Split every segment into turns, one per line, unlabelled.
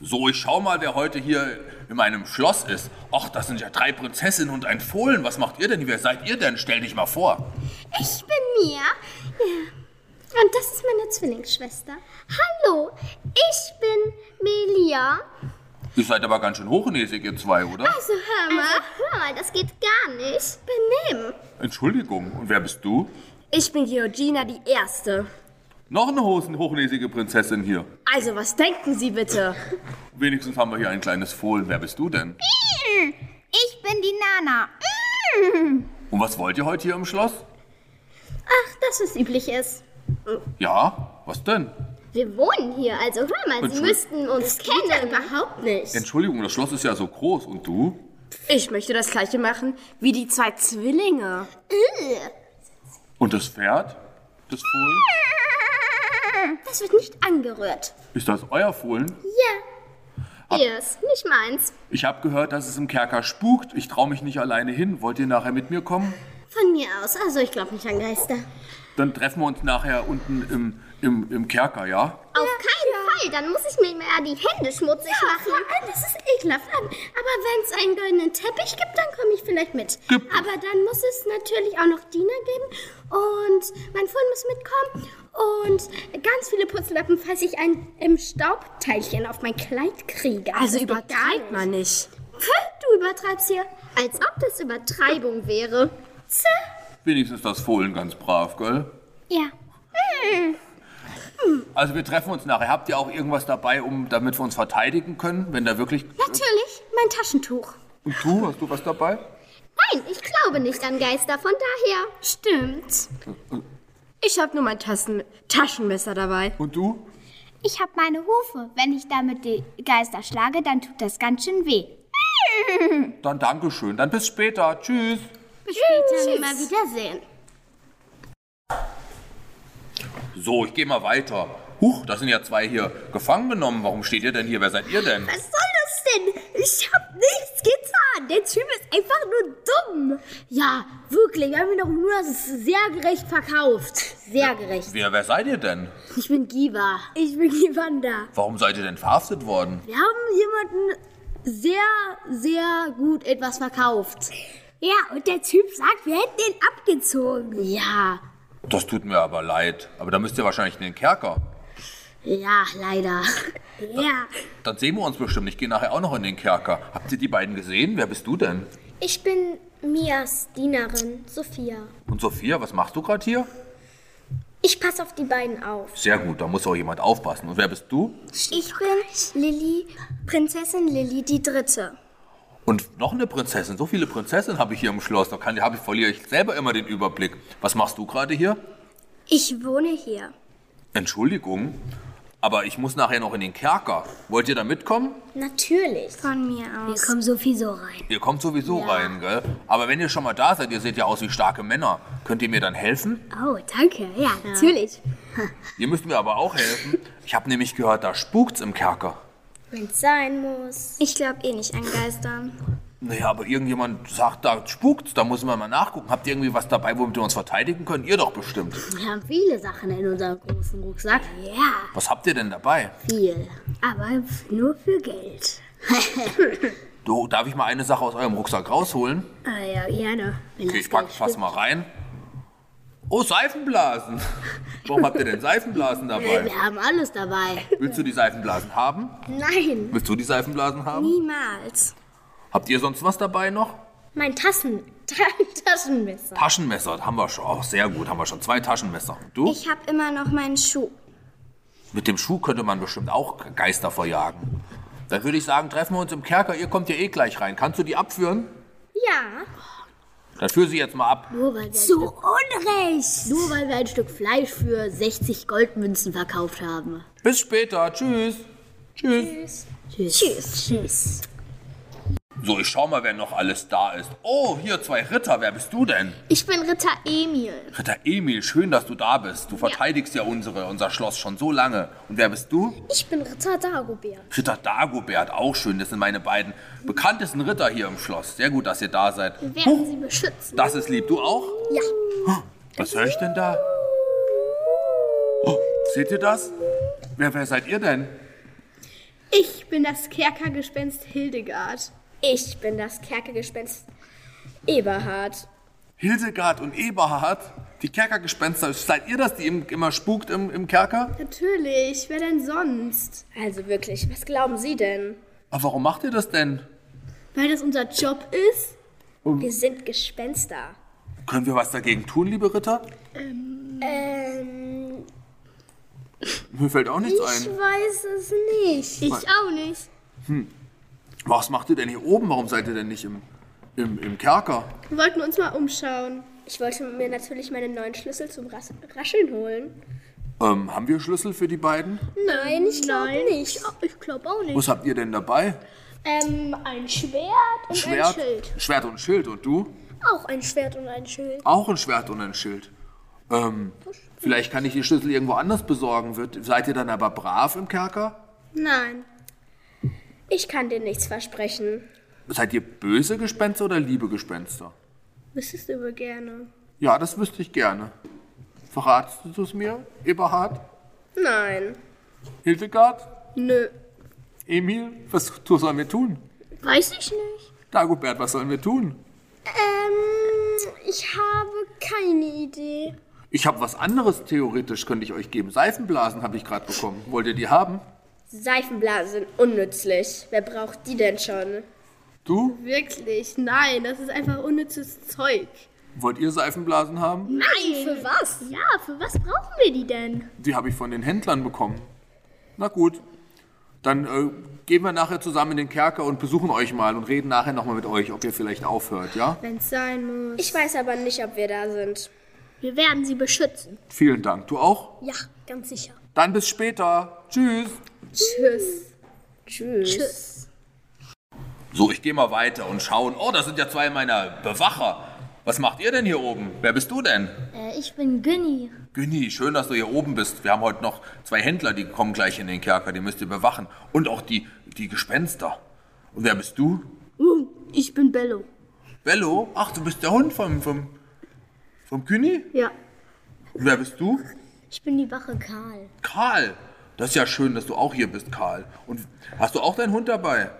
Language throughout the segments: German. So, ich schau mal, wer heute hier in meinem Schloss ist. Ach, das sind ja drei Prinzessinnen und ein Fohlen. Was macht ihr denn? Wer seid ihr denn? Stell dich mal vor.
Ich bin Mia.
Und das ist meine Zwillingsschwester.
Hallo, ich bin Melia.
Ihr seid aber ganz schön hochnäsig, ihr zwei, oder?
Also hör mal.
Also, hör mal, das geht gar nicht. Benehmen.
Entschuldigung, und wer bist du?
Ich bin Georgina die Erste.
Noch eine Hosen hochnäsige Prinzessin hier.
Also, was denken Sie bitte?
Wenigstens haben wir hier ein kleines Fohlen. Wer bist du denn?
Hm,
Ich bin die Nana.
Und was wollt ihr heute hier im Schloss?
Ach, das, was üblich ist.
Ja, was denn?
Wir wohnen hier, also hör mal, Sie
Entschuldigung.
müssten uns
Geht ja
kennen.
überhaupt nicht.
Entschuldigung, das Schloss ist ja so groß. Und du?
Ich möchte das gleiche machen wie die zwei Zwillinge.
Und das Pferd? Das Fohlen?
Das wird nicht angerührt.
Ist das euer Fohlen?
Ihrs, nicht meins.
Ich habe gehört, dass es im Kerker spukt. Ich traue mich nicht alleine hin. Wollt ihr nachher mit mir kommen?
Von mir aus, also ich glaube nicht an Geister.
Dann treffen wir uns nachher unten im, im, im Kerker, ja?
Auf keinen Fall, dann muss ich mir mehr die Hände schmutzig machen. das ist ekelhaft. Aber wenn es einen goldenen Teppich gibt, dann komme ich vielleicht mit.
Gibt es.
Aber dann muss es natürlich auch noch Diener geben und mein Freund muss mitkommen und ganz viele Putzlappen, falls ich ein im Staubteilchen auf mein Kleid kriege.
Also
Das geht gar
übertreibt
nicht.
man nicht.
Du übertreibst hier, als ob das Übertreibung wäre.
Wenigstens das Fohlen ganz brav, gell?
Ja.
Also wir treffen uns nachher. Habt ihr auch irgendwas dabei, um, damit wir uns verteidigen können, wenn da wirklich...
Natürlich, mein Taschentuch.
Und du, hast du was dabei?
Nein, ich glaube nicht an Geister, von daher. Stimmt.
Ich habe nur mein Tassen Taschenmesser dabei.
Und du?
Ich habe meine Hufe. Wenn ich damit die Geister schlage, dann tut das ganz schön weh.
Dann Dankeschön. Dann bis später. Tschüss.
Später mal wiedersehen.
So, ich gehe mal weiter. Huch, da sind ja zwei hier gefangen genommen. Warum steht ihr denn hier? Wer seid ihr denn?
Was soll das denn? Ich hab nichts getan. Der Typ ist einfach nur dumm. Ja, wirklich. Wir haben ihn doch nur das sehr gerecht verkauft. Sehr gerecht.
Wer, wer seid ihr denn?
Ich bin Giva.
Ich bin die Wanda.
Warum seid ihr denn verhaftet worden?
Wir haben jemanden sehr, sehr gut etwas verkauft.
Ja, und der Typ sagt, wir hätten den abgezogen.
Ja,
Das tut mir aber leid. Aber da müsst ihr wahrscheinlich in den Kerker.
ja, leider.
Ja.
Dann sehen wir uns bestimmt. Ich gehe nachher auch noch in den Kerker. Habt ihr die beiden gesehen? Wer bist du denn?
Ich bin Mias Dienerin, Sophia.
Und Sophia, was machst du gerade hier?
Ich passe auf die beiden auf.
Sehr gut, da muss auch jemand aufpassen. Und wer bist du?
Ich bin Lilly, Prinzessin Lilly die Dritte.
Und noch eine Prinzessin. So viele Prinzessinnen habe ich hier im Schloss. Da kann, hab ich, verliere ich selber immer den Überblick. Was machst du gerade hier?
Ich wohne hier.
Entschuldigung, aber ich muss nachher noch in den Kerker. Wollt ihr da mitkommen?
Natürlich. Von mir
Wir kommen sowieso rein.
Ihr kommt sowieso rein, gell? Aber wenn ihr schon mal da seid, ihr seht ja aus wie starke Männer. Könnt ihr mir dann helfen?
Oh, danke. Ja, natürlich.
Ihr müsst mir aber auch helfen. Ich habe nämlich gehört, da spukt's im Kerker.
Wenn's sein muss. Ich glaube eh nicht an Geistern.
Naja, aber irgendjemand sagt, da spukt's, da muss man mal nachgucken. Habt ihr irgendwie was dabei, womit wir uns verteidigen können? Ihr doch bestimmt.
Wir haben viele Sachen in unserem großen Rucksack. Ja,
Was habt ihr denn dabei?
viel. Aber nur für Geld.
Du, darf ich mal eine Sache aus eurem Rucksack rausholen?
Ah ja, gerne.
Okay, ich pack, fass mal rein. Oh, Seifenblasen. Warum habt ihr denn Seifenblasen dabei?
Wir haben alles dabei.
Willst du die Seifenblasen haben?
Nein.
Willst du die Seifenblasen haben?
Niemals.
Habt ihr sonst was dabei noch?
Mein Tassen, Taschenmesser.
Taschenmesser haben wir schon. Auch sehr gut, haben wir schon zwei Taschenmesser. Und du?
Ich habe immer noch meinen Schuh.
Mit dem Schuh könnte man bestimmt auch Geister verjagen. Dann würde ich sagen, treffen wir uns im Kerker. Ihr kommt ja eh gleich rein. Kannst du die abführen?
Ja.
Dann führ sie jetzt mal ab.
Nur weil, wir ein,
Zu Unrecht.
nur weil wir ein Stück Fleisch für 60 Goldmünzen verkauft haben.
Bis später. Tschüss. Tschüss.
Tschüss.
Tschüss.
So, ich schau mal, wer noch alles da ist. Oh, hier zwei Ritter. Wer bist du denn?
Ich bin Ritter Emil.
Ritter Emil, schön, dass du da bist. Du verteidigst ja unsere, unser Schloss schon so lange. Und wer bist du?
Ich bin Ritter Dagobert.
Ritter Dagobert, auch schön. Das sind meine beiden bekanntesten Ritter hier im Schloss. Sehr gut, dass ihr da seid.
Wir werden sie beschützen.
Das ist lieb. Du auch?
Ja.
Was höre ich denn da? Oh, seht ihr das? Wer, wer seid ihr denn?
Ich bin das Kerkergespenst Hildegard. Ich bin das Kerkergespenst Eberhard.
Hildegard und Eberhard, die Kerkergespenster, seid ihr das, die im, immer spukt im, im Kerker?
Natürlich, wer denn sonst? Also wirklich, was glauben Sie denn?
Aber warum macht ihr das denn?
Weil das unser Job ist? Wir sind Gespenster.
Können wir was dagegen tun, liebe Ritter?
Ähm,
Mir fällt auch nichts ein.
weiß es nicht. Ich auch nicht.
Was macht ihr denn hier oben? Warum seid ihr denn nicht im, im, im Kerker?
Wir wollten uns mal umschauen. Ich wollte mir natürlich meinen neuen Schlüssel zum Ras Rascheln holen.
Ähm, haben wir Schlüssel für die beiden?
Nein, ich glaube nicht.
Ich glaube auch nicht.
Was habt ihr denn dabei?
Ähm, ein Schwert und
Schwert,
ein Schild.
Schwert und Schild. Und du?
Auch ein Schwert und ein Schild.
Auch ein Schwert und ein Schild. Ähm, vielleicht kann ich die Schlüssel irgendwo anders besorgen. Wird, seid ihr dann aber brav im Kerker?
Nein. Ich kann dir nichts versprechen.
Seid ihr böse Gespenster oder liebe Gespenster?
Wüsstest du wohl gerne.
Ja, das wüsste ich gerne. Verratst du es mir, Eberhard?
Nein.
Hildegard?
Nö.
Emil? Was tu- sollen wir tun?
Weiß ich nicht.
Dagobert, was sollen wir tun?
Ähm, ich habe keine Idee.
Ich habe was anderes theoretisch, könnte ich euch geben. Seifenblasen habe ich gerade bekommen. Wollt ihr die haben?
Seifenblasen sind unnützlich. Wer braucht die denn schon?
Du?
Wirklich, nein, das ist einfach unnützes Zeug.
Wollt ihr Seifenblasen haben?
Nein. Für was? Ja, für was brauchen wir die denn?
Die habe ich von den Händlern bekommen. Na gut. Dann äh, gehen wir nachher zusammen in den Kerker und besuchen euch mal und reden nachher nochmal mit euch, ob ihr vielleicht aufhört, ja?
Wenn's sein muss.
Ich weiß aber nicht, ob wir da sind.
Wir werden sie beschützen.
Vielen Dank. Du auch?
Ja, ganz sicher.
Dann bis später. Tschüss.
Tschüss.
So, ich gehe mal weiter und schauen. Oh, da sind ja zwei meiner Bewacher. Was macht ihr denn hier oben? Wer bist du denn?
Äh, ich bin Günni.
Günni, schön, dass du hier oben bist. Wir haben heute noch zwei Händler, die kommen gleich in den Kerker, die müsst ihr bewachen. Und auch die, die Gespenster. Und wer bist du?
Uh, Ich bin Bello.
Bello? Ach, du bist der Hund vom, vom, vom Günni?
Ja.
Und wer bist du?
Ich bin die Wache Karl.
Karl. Das ist ja schön, dass du auch hier bist, Karl. Und hast du auch deinen Hund dabei?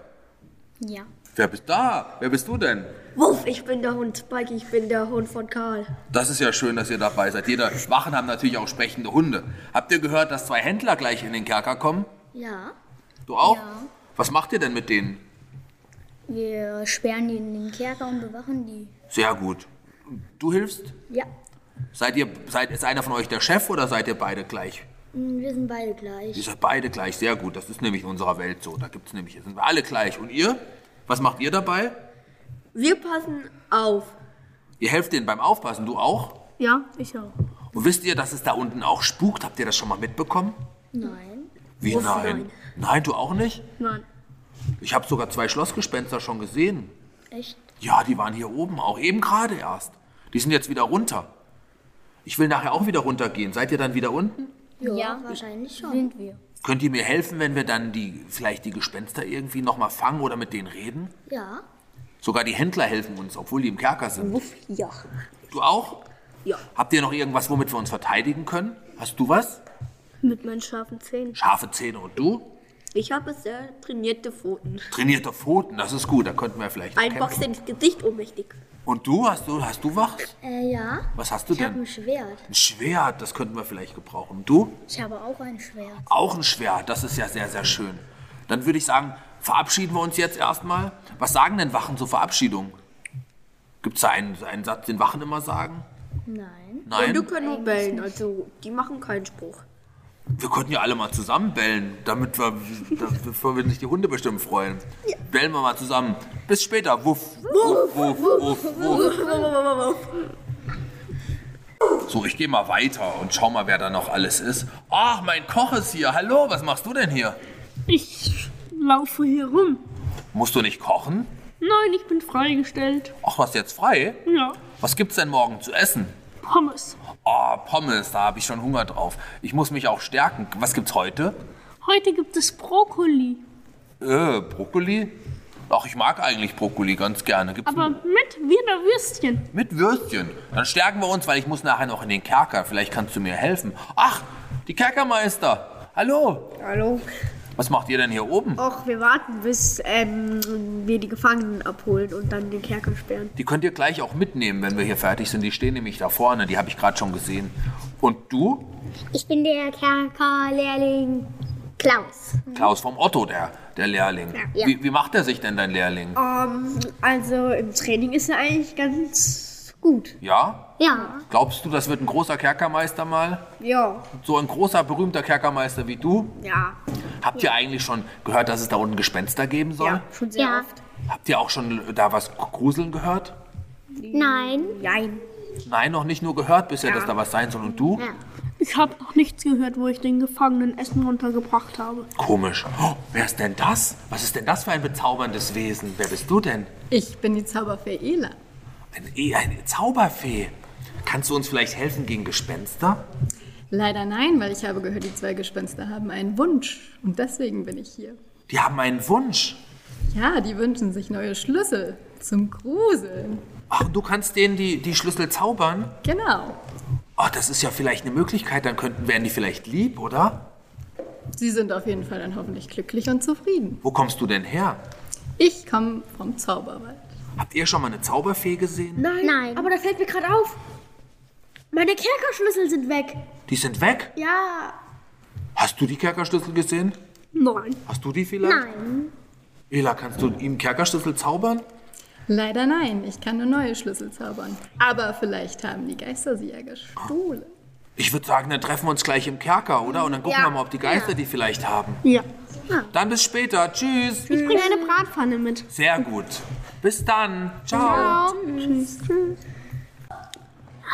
Ja.
Wer bist da? Wer bist du denn?
Wuff, ich bin der Hund. Spike, ich bin der Hund von Karl.
Das ist ja schön, dass ihr dabei seid. Jeder Wachen haben natürlich auch sprechende Hunde. Habt ihr gehört, dass zwei Händler gleich in den Kerker kommen?
Ja.
Du auch? Was macht ihr denn mit denen?
Wir sperren die in den Kerker und bewachen die.
Sehr gut. Du hilfst?
Ja.
Seid ihr, seid, ist einer von euch der Chef oder seid ihr beide gleich?
Hm, Wir sind beide gleich.
Ihr seid beide gleich, sehr gut. Das ist nämlich in unserer Welt so. Da gibt es nämlich, sind wir alle gleich. Und ihr? Was macht ihr dabei?
Wir passen auf.
Ihr helft denen beim Aufpassen, du auch?
Ja, ich auch.
Und wisst ihr, dass es da unten auch spukt? Habt ihr das schon mal mitbekommen?
Nein.
Wie nein? Nein, du auch nicht?
Nein.
Ich habe sogar zwei Schlossgespenster schon gesehen.
Echt?
Ja, die waren hier oben auch, eben gerade erst. Die sind jetzt wieder runter. Ich will nachher auch wieder runtergehen. Seid ihr dann wieder unten?
Ja, wahrscheinlich schon. Sind wir.
Könnt ihr mir helfen, wenn wir dann die, vielleicht die Gespenster irgendwie nochmal fangen oder mit denen reden?
Ja.
Sogar die Händler helfen uns, obwohl die im Kerker sind.
Wuff, ja.
Du auch? Ja. Habt ihr noch irgendwas, womit wir uns verteidigen können? Hast du was?
Mit meinen scharfen Zähnen.
Scharfe Zähne und du?
Ich habe sehr trainierte Pfoten.
Trainierte Pfoten, das ist gut, da könnten wir vielleicht.
Ein
kämpfen.
Boxer ins Gesicht ohnmächtig.
Und du, hast du, hast du was?
Äh, ja.
Was hast du
Ich habe
denn?
ein Schwert.
Ein Schwert, das könnten wir vielleicht gebrauchen. Und du?
Ich habe auch ein Schwert.
Auch ein Schwert, das ist ja sehr, sehr schön. Dann würde ich sagen, verabschieden wir uns jetzt erstmal. Was sagen denn Wachen zur Verabschiedung? Gibt es da einen, einen Satz, den Wachen immer sagen?
Nein.
Nein,
Hunde können nur bellen, also die machen keinen Spruch.
wir könnten ja alle mal zusammen bellen, damit wir, damit bevor wir nicht die Hunde bestimmt freuen. Bellen wir mal zusammen. Bis später. Wuff, wuff, wuff, wuff, wuff. So, ich gehe mal weiter und schau mal, wer da noch alles ist. Ach, mein Koch ist hier. Hallo, was machst du denn hier?
Ich laufe hier rum.
Musst du nicht kochen?
Nein, ich bin freigestellt.
Ach, was jetzt frei?
Ja,
Was gibt's denn morgen zu essen?
Pommes.
Oh, Pommes, da habe ich schon Hunger drauf. Ich muss mich auch stärken. Was gibt's heute?
Heute gibt es Brokkoli,
Äh, Brokkoli? Ach, ich mag eigentlich Brokkoli ganz gerne. Gibt's
aber mit Wiener Würstchen.
mit Würstchen. Dann stärken wir uns, weil ich muss nachher noch in den Kerker. Vielleicht kannst du mir helfen. Ach, die Kerkermeister. Hallo. Hallo. Was macht ihr denn hier oben?
Och, wir warten, bis ähm, wir die Gefangenen abholen und dann den Kerker sperren.
Die könnt ihr gleich auch mitnehmen, wenn wir hier fertig sind. Die stehen nämlich da vorne, die habe ich gerade schon gesehen. Und du,
Ich bin der Kerkerlehrling Klaus.
Klaus vom Otto, der, der Lehrling.
Ja.
Wie, wie macht er sich denn dein Lehrling?
Ähm, also im Training ist er eigentlich ganz gut.
Ja?
Ja.
Glaubst du, das wird ein großer Kerkermeister mal?
Ja.
So ein großer, berühmter Kerkermeister wie du?
Ja.
Habt ihr eigentlich schon gehört, dass es da unten Gespenster geben soll?
Ja, schon sehr
Ja.
oft.
Habt ihr auch schon da was gruseln gehört?
Nein.
Nein.
Nein, noch nicht nur gehört bisher, dass da was sein soll. Und du?
Ich habe noch nichts gehört, wo ich den Gefangenen Essen runtergebracht habe.
Komisch. Oh, wer ist denn das? Was ist denn das für ein bezauberndes Wesen? Wer bist du denn?
Ich bin die Zauberfee Ela.
Eine, E- eine Zauberfee. Kannst du uns vielleicht helfen gegen Gespenster?
Leider nein, weil ich habe gehört, die zwei Gespenster haben einen Wunsch. Und deswegen bin ich hier.
Die haben einen Wunsch.
Ja, die wünschen sich neue Schlüssel zum Gruseln.
Ach, und du kannst denen die, die Schlüssel zaubern?
Genau.
Ach, das ist ja vielleicht eine Möglichkeit. Dann könnten, wären die vielleicht lieb, oder?
Sie sind auf jeden Fall dann hoffentlich glücklich und zufrieden.
Wo kommst du denn her?
Ich komme vom Zauberwald.
Habt ihr schon mal eine Zauberfee gesehen?
Nein.
Nein.
Aber da fällt mir gerade auf. Meine Kerkerschlüssel sind weg.
Die sind weg?
Ja.
Hast du die Kerkerschlüssel gesehen?
Nein.
Hast du die vielleicht? Nein. Ela, kannst du ihm Kerkerschlüssel zaubern?
Leider nein, ich kann nur neue Schlüssel zaubern. Aber vielleicht haben die Geister sie ja gestohlen.
Ich würde sagen, dann treffen wir uns gleich im Kerker, oder? Und dann gucken wir mal, ob die Geister die vielleicht haben.
Ja.
Dann bis später. Tschüss.
Ich bringe eine Bratpfanne mit.
Sehr gut. Bis dann. Ciao.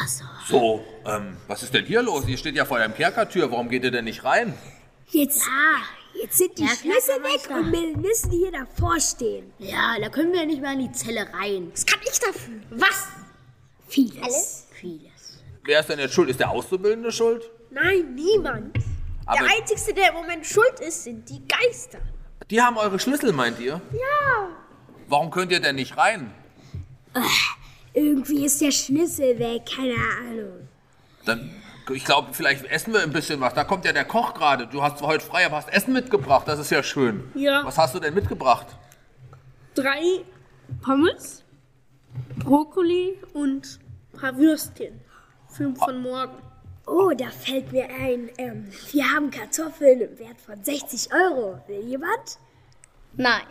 Tschüss. So, ähm, was ist denn hier los? Ihr steht ja vor der Kerkertür. Warum geht ihr denn nicht rein?
Jetzt, jetzt sind die Schlüssel weg und wir müssen hier davor stehen. Ja, da können wir ja nicht mehr in die Zelle rein. Was kann ich dafür? Was? Vieles. Vieles.
Wer ist denn jetzt schuld? Ist der Auszubildende schuld?
Nein, niemand.
Aber
Der Einzige, der im Moment schuld ist, sind die Geister.
die haben eure Schlüssel, meint ihr? Ja. Warum könnt ihr denn nicht rein?
Irgendwie ist der Schlüssel weg, keine Ahnung.
Dann, ich glaube, vielleicht essen wir ein bisschen was. Da kommt ja der Koch gerade. Du hast zwar heute frei, aber hast Essen mitgebracht. Das ist ja schön.
Ja.
Was hast du denn mitgebracht?
Drei Pommes, Brokkoli und ein paar Würstchen. Fünf von morgen.
Oh, da fällt mir ein, ähm, wir haben Kartoffeln im Wert von 60 Euro. Will jemand?
Nein.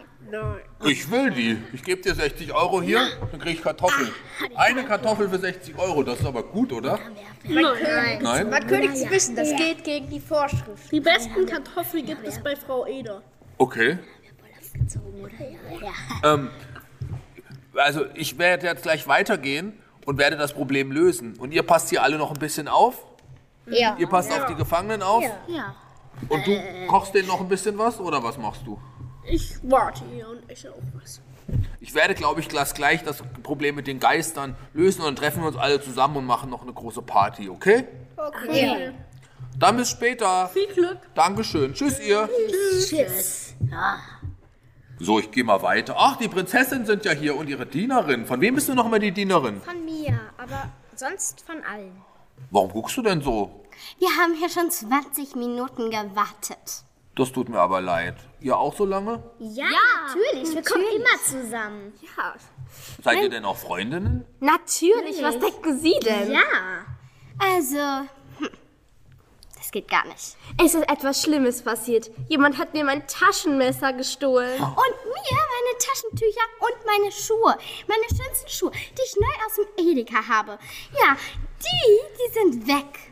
Ich will die. Ich gebe dir 60 Euro hier, dann kriege ich Kartoffeln.
Ah,
Eine Kartoffel für 60 Euro. Das ist aber gut, oder? Nein.
Bad Königs wissen, das geht gegen die Vorschrift.
Die besten Kartoffeln gibt es bei Frau Eder.
Okay. Ähm, also ich werde jetzt gleich weitergehen und werde das Problem lösen. Und ihr passt hier alle noch ein bisschen auf.
Ja.
Ihr passt auf die Gefangenen auf.
Ja.
Und du kochst denen noch ein bisschen was oder was machst du?
Ich warte hier und esse auch was.
Ich werde, glaube ich, gleich gleich das Problem mit den Geistern lösen und dann treffen wir uns alle zusammen und machen noch eine große Party, okay? Okay. Dann bis später.
Viel Glück.
Dankeschön. Tschüss, ihr. Tschüss. So, ich gehe mal weiter. Ach, die Prinzessin sind ja hier und ihre Dienerin. Von wem bist du noch mal die Dienerin?
Von mir, aber sonst von allen.
Warum guckst du denn so?
Wir haben hier schon 20 Minuten gewartet.
Das tut mir aber leid. Ihr auch so lange?
Ja, natürlich. Wir kommen immer zusammen.
Seid ihr denn auch Freundinnen?
Natürlich, was denken Sie denn?
Ja.
Also, hm, das geht gar nicht.
Es ist etwas Schlimmes passiert. Jemand hat mir mein Taschenmesser gestohlen.
Und mir meine Taschentücher und meine Schuhe. Meine schönsten Schuhe, die ich neu aus dem Edeka habe. Ja, die, die sind weg.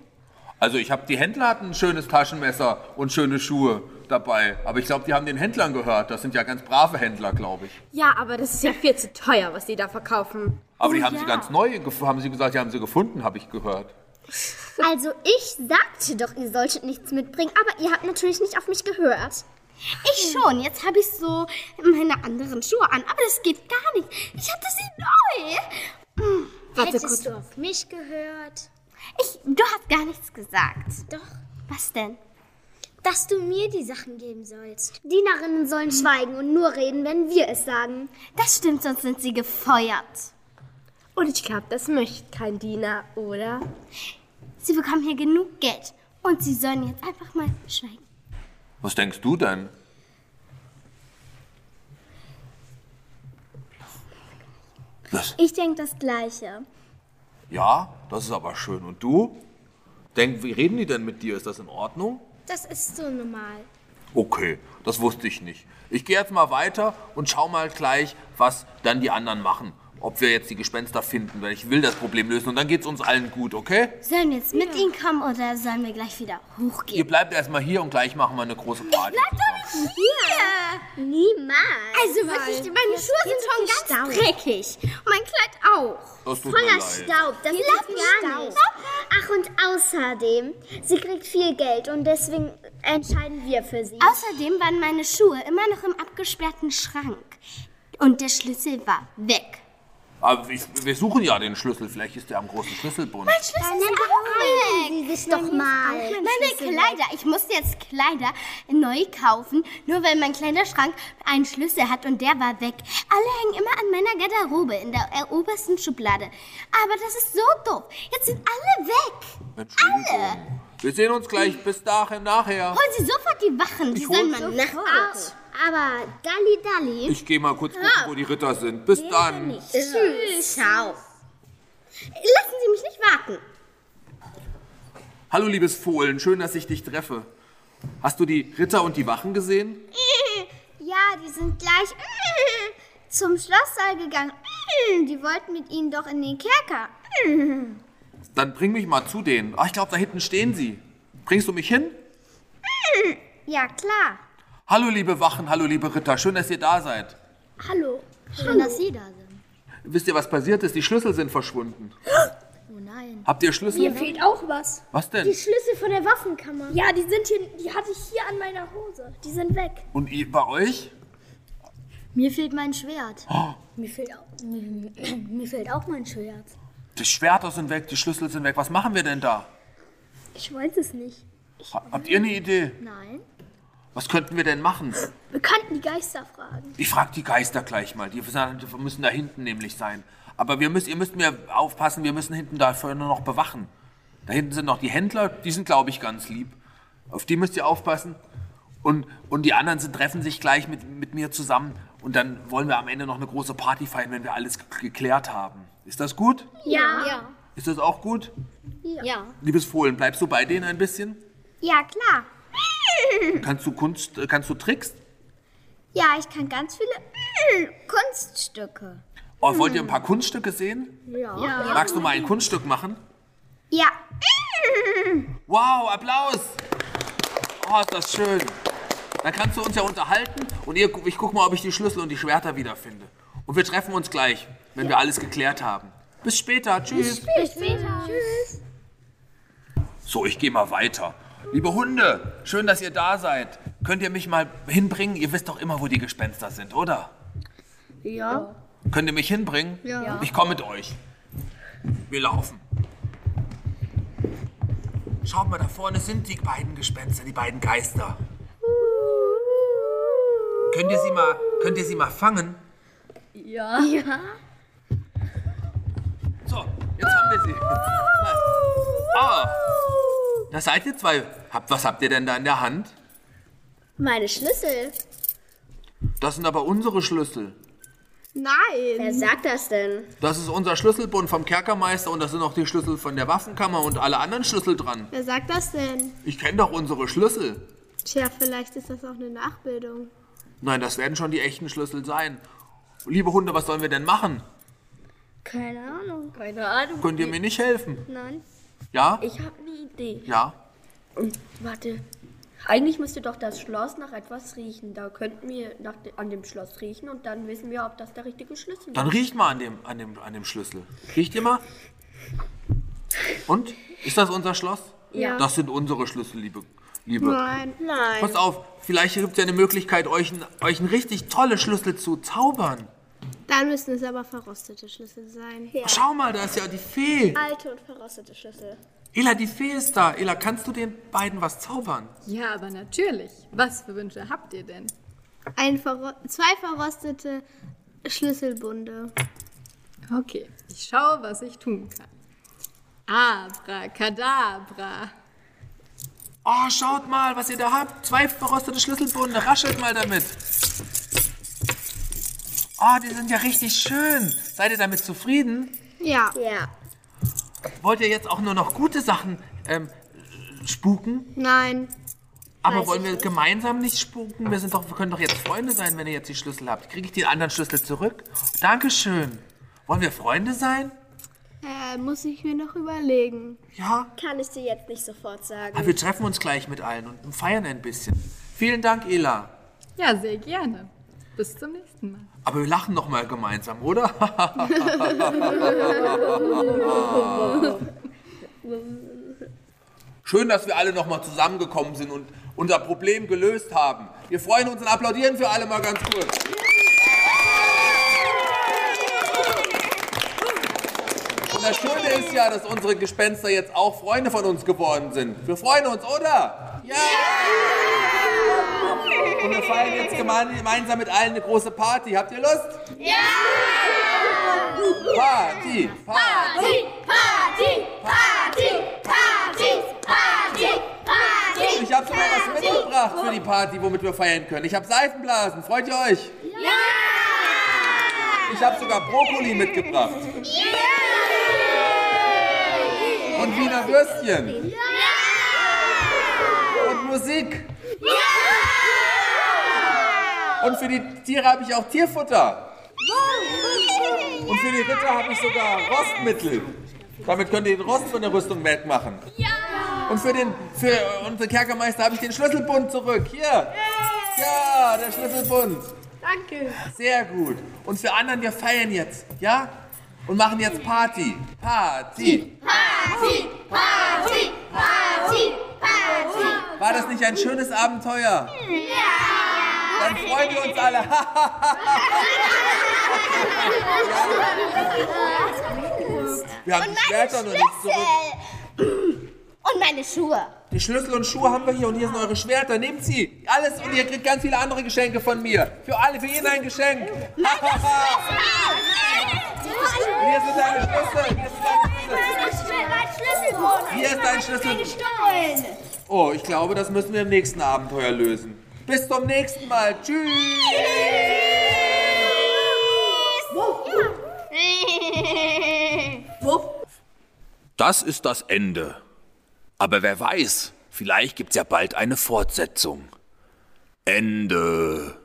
Also, ich habe die Händler hatten ein schönes Taschenmesser und schöne Schuhe dabei. Aber ich glaube, die haben den Händlern gehört. Das sind ja ganz brave Händler, glaube ich.
Ja, aber das ist ja viel zu teuer, was die da verkaufen.
Aber die haben sie ganz neu, gef- haben sie gesagt, die haben sie gefunden, habe ich gehört.
Also ich sagte doch, ihr solltet nichts mitbringen, aber ihr habt natürlich nicht auf mich gehört. Ich schon, jetzt habe ich so meine anderen Schuhe an, aber das geht gar nicht. Ich hatte sie neu. Hm,
Warte kurz.
Hättest du auf mich gehört,
Ich, du hast gar nichts gesagt.
doch,
Was denn?
dass du mir die Sachen geben sollst. Dienerinnen sollen schweigen und nur reden, wenn wir es sagen.
Das stimmt, sonst sind sie gefeuert.
Und ich glaube, das möchte kein Diener, oder?
Sie bekommen hier genug Geld und sie sollen jetzt einfach mal schweigen.
Was denkst du denn? Das,
Ich denke das Gleiche.
ja, das ist aber schön. Und du? Denk, wie reden die denn mit dir? Ist das in Ordnung?
Das ist so normal.
Okay, das wusste ich nicht. Ich gehe jetzt mal weiter und schau mal gleich, was dann die anderen machen. Ob wir jetzt die Gespenster finden, weil ich will das Problem lösen und dann geht's uns allen gut, okay?
Sollen wir jetzt mit ihnen kommen oder sollen wir gleich wieder hochgehen?
Ihr bleibt erstmal hier und gleich machen wir eine große Party.
Niemals. Also wirklich, meine Schuhe sind schon ganz dreckig. Und mein Kleid auch.
Das tut mir leid.
Staub, das ist gar nicht. Ach, und außerdem, sie kriegt viel Geld und deswegen entscheiden wir für sie.
Außerdem waren meine Schuhe immer noch im abgesperrten Schrank. Und der Schlüssel war weg.
Aber ich, wir suchen ja den Schlüssel. Vielleicht ist der am großen Schlüsselbund.
Dann beruhigen Sie sich doch mal.
Meine Kleider, ich musste jetzt Kleider neu kaufen, nur weil mein kleiner Schrank einen Schlüssel hat und der war weg. Alle hängen immer an meiner Garderobe in der äh, obersten Schublade. Aber das ist so doof. Jetzt sind alle weg.
Entschuldigung. Wir sehen uns gleich. Bis dahin, nachher.
Holen Sie sofort die Wachen, die sollen mal nach.
Aber Dalli Dalli.
Ich gehe mal kurz gucken, wo die Ritter sind. Bis dann.
Tschüss. Ciao.
Lassen Sie mich nicht warten.
Hallo, liebes Fohlen. Schön, dass ich dich treffe. Hast du die Ritter und die Wachen gesehen?
Ja, die sind gleich zum Schlosssaal gegangen. Die wollten mit ihnen doch in den Kerker.
Dann bring mich mal zu denen. Ach, ich glaube, da hinten stehen sie. Bringst du mich hin?
Ja, klar.
Hallo, liebe Wachen, hallo, liebe Ritter. Schön, dass ihr da seid.
Hallo. Schön, dass Sie da sind.
Wisst ihr, was passiert ist? Die Schlüssel sind verschwunden. Oh nein. Habt ihr Schlüssel? Mir fehlt auch was. Was denn?
Schlüssel von der Waffenkammer.
Ja, die sind hier, die hatte ich hier an meiner Hose. Die sind weg.
Und ihr, bei euch?
Mir fehlt mein Schwert. Mir, fehlt auch, mir fehlt auch mein Schwert.
Die Schwerter sind weg, die Schlüssel sind weg. Was machen wir denn da?
Ich weiß es nicht.
Ha- Habt ihr eine Idee?
Nein.
Was könnten wir denn machen?
Wir könnten die Geister fragen.
Ich frage die Geister gleich mal. Die müssen da hinten nämlich sein. Aber wir müssen, ihr müsst mir aufpassen, wir müssen hinten dafür nur noch bewachen. Da hinten sind noch die Händler, die sind, glaube ich, ganz lieb. Auf die müsst ihr aufpassen. Und, und die anderen sind, treffen sich gleich mit, mit mir zusammen. Und dann wollen wir am Ende noch eine große Party feiern, wenn wir alles ge- geklärt haben. Ist das gut?
Ja.
Ist das auch gut? Ja. Liebes Fohlen, bleibst du bei denen ein bisschen?
Ja, klar.
Kannst du Kunst, äh, kannst du Tricks?
Ja, ich kann ganz viele Kunststücke.
Oh, wollt ihr ein paar Kunststücke sehen? Ja. Magst du mal ein Kunststück machen?
Ja.
Wow, Applaus! Oh, ist das schön. Dann kannst du uns ja unterhalten und ihr, ich guck mal, ob ich die Schlüssel und die Schwerter wiederfinde. Und wir treffen uns gleich, wenn wir alles geklärt haben. Bis später, tschüss.
Bis später. Tschüss.
So, ich gehe mal weiter. Liebe Hunde, schön, dass ihr da seid. Könnt ihr mich mal hinbringen? Ihr wisst doch immer, wo die Gespenster sind, oder? Ja. Könnt ihr mich hinbringen? Ja. Ich komme mit euch. Wir laufen. Schaut mal, da vorne sind die beiden Gespenster, die beiden Geister. Könnt ihr sie mal, könnt ihr sie mal fangen?
Ja.
So, jetzt haben wir sie. Ah, da seid ihr zwei. Habt, was habt ihr denn da in der Hand?
Meine Schlüssel.
Das sind aber unsere Schlüssel.
Ähm.
Wer sagt das denn?
Das ist unser Schlüsselbund vom Kerkermeister und das sind auch die Schlüssel von der Waffenkammer und alle anderen Schlüssel dran.
Wer sagt das denn?
Ich kenne doch unsere Schlüssel.
Tja, vielleicht ist das auch eine Nachbildung.
Nein, das werden schon die echten Schlüssel sein. Liebe Hunde, was sollen wir denn machen?
Keine Ahnung.
Keine Ahnung.
Könnt ihr mir nicht helfen?
Nein.
Ja?
Ich habe eine Idee.
Ja?
Warte. Eigentlich müsste doch das Schloss nach etwas riechen. Da könnten wir nach de an dem Schloss riechen und dann wissen wir, ob das der richtige Schlüssel ist.
Dann riecht mal an dem, an dem, an dem Schlüssel. Riecht ihr mal? Und? Ist das unser Schloss? Ja. Das sind unsere Schlüssel, liebe. liebe. Nein, nein. Pass auf, vielleicht gibt es ja eine Möglichkeit, euch, n- euch einen richtig tolle Schlüssel zu zaubern.
Dann müssen es aber verrostete Schlüssel sein.
Schau mal, da ist ja die Fee.
Alte und verrostete Schlüssel.
Ela, die Fee ist da. Ela, kannst du den beiden was zaubern?
Ja, aber natürlich. Was für Wünsche habt ihr denn?
Ein verro zwei verrostete Schlüsselbunde.
Okay, ich schaue, was ich tun kann. Abracadabra.
Oh, schaut mal, was ihr da habt. Zwei verrostete Schlüsselbunde. Raschelt mal damit. Ah, die sind ja richtig schön. Seid ihr damit zufrieden?
Ja.
Ja.
Wollt ihr jetzt auch nur noch gute Sachen ähm, spuken?
Nein.
Aber wollen wir gemeinsam nicht spuken? Wir, sind doch, wir können doch jetzt Freunde sein, wenn ihr jetzt die Schlüssel habt. Kriege ich den anderen Schlüssel zurück? Dankeschön. Wollen wir Freunde sein?
Äh, muss ich mir noch überlegen.
Ja.
Kann ich dir jetzt nicht sofort sagen.
Aber wir treffen uns gleich mit allen und feiern ein bisschen. Vielen Dank, Ela.
Ja, sehr gerne. Bis zum nächsten Mal.
Aber wir lachen noch mal gemeinsam, oder? Schön, dass wir alle noch mal zusammengekommen sind und unser Problem gelöst haben. Wir freuen uns und applaudieren für alle mal ganz kurz. Und das Schöne ist ja, dass unsere Gespenster jetzt auch Freunde von uns geworden sind. Wir freuen uns, oder? Ja! Und wir feiern jetzt gemein- gemeinsam mit allen eine große Party. Habt ihr Lust? Ja! Party! Party! Ich habe sogar was mitgebracht für die Party, womit wir feiern können. Ich habe Seifenblasen. Freut ihr euch? Ja! Ich habe sogar Brokkoli mitgebracht. Und Wiener Würstchen. Und Musik. Und für die Tiere habe ich auch Tierfutter. Und für die Ritter habe ich sogar Rostmittel. Damit könnt ihr den Rost von der Rüstung wegmachen. Und für den für äh, unseren Kerkermeister habe ich den Schlüsselbund zurück. Hier. Ja, der Schlüsselbund. Danke. Sehr gut. Und für anderen, wir feiern jetzt, ja? Und machen jetzt Party. Party. War das nicht ein schönes Abenteuer? Ja. Dann freuen wir uns alle. wir haben die Schwerter noch nicht zurück.
Und meine Schuhe.
Die Schlüssel und Schuhe haben wir hier und hier sind eure Schwerter. Nehmt sie. Alles und ihr kriegt ganz viele andere Geschenke von mir. Für alle, für jeden ein Geschenk. und hier sind deine Schlüssel. Hier ist dein Schlüssel. Hier ist dein Schlüssel. Oh, ich glaube, das müssen wir im nächsten Abenteuer lösen. Bis zum nächsten Mal. Tschüss. Das ist das Ende. Aber wer weiß, vielleicht gibt's ja bald eine Fortsetzung. Ende.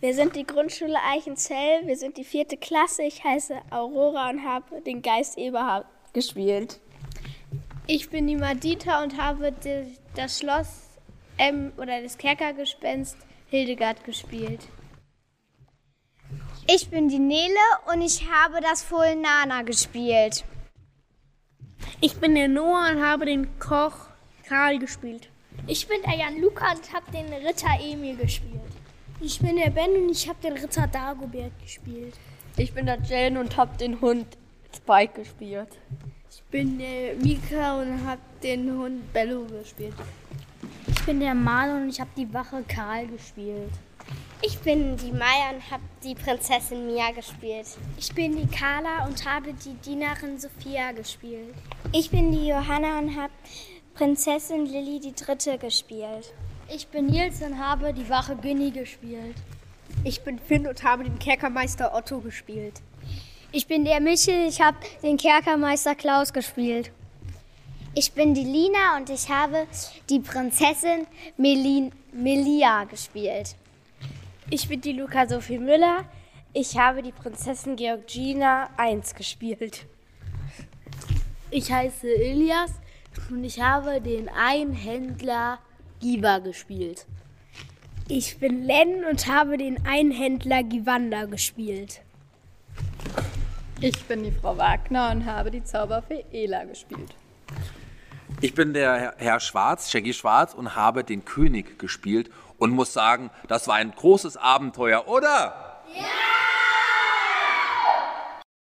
Wir sind die Grundschule Eichenzell, wir sind die vierte Klasse. Ich heiße Aurora und habe den Geist Eberhard gespielt.
Ich bin die Madita und habe die, das Schloss M oder das Kerkergespenst Hildegard gespielt.
Ich bin die Nele und ich habe das Fohlen Nana gespielt.
Ich bin der Noah und habe den Koch Karl gespielt.
Ich bin der Jan Luca und habe den Ritter Emil gespielt. Ich bin der Ben und ich habe den Ritter Dagobert gespielt.
Ich bin der Jane und hab den Hund Spike gespielt.
Ich bin der Mika und habe den Hund Bello gespielt. Ich bin der Marlon und ich habe die Wache Karl gespielt.
Ich bin die Maya und habe die Prinzessin Mia gespielt.
Ich bin die Carla und habe die Dienerin Sophia gespielt.
Ich bin die Johanna und habe Prinzessin Lilly die Dritte gespielt.
Ich bin Nils und habe die Wache Ginny gespielt.
Ich bin Finn und habe den Kerkermeister Otto gespielt.
Ich bin der Michel, ich habe den Kerkermeister Klaus gespielt.
Ich bin die Lina und ich habe die Prinzessin Melin Melia gespielt.
Ich bin die Luca Sophie Müller. Ich habe die Prinzessin Georgina 1 gespielt. Ich heiße Ilias und ich habe den Einhändler Giva gespielt. Ich bin Len und habe den Einhändler Givanda gespielt.
Ich bin die Frau Wagner und habe die Zauberfee Ela gespielt.
Ich bin der Herr- Herr Schwarz, Shaggy Schwarz, und habe den König gespielt und muss sagen, das war ein großes Abenteuer, oder?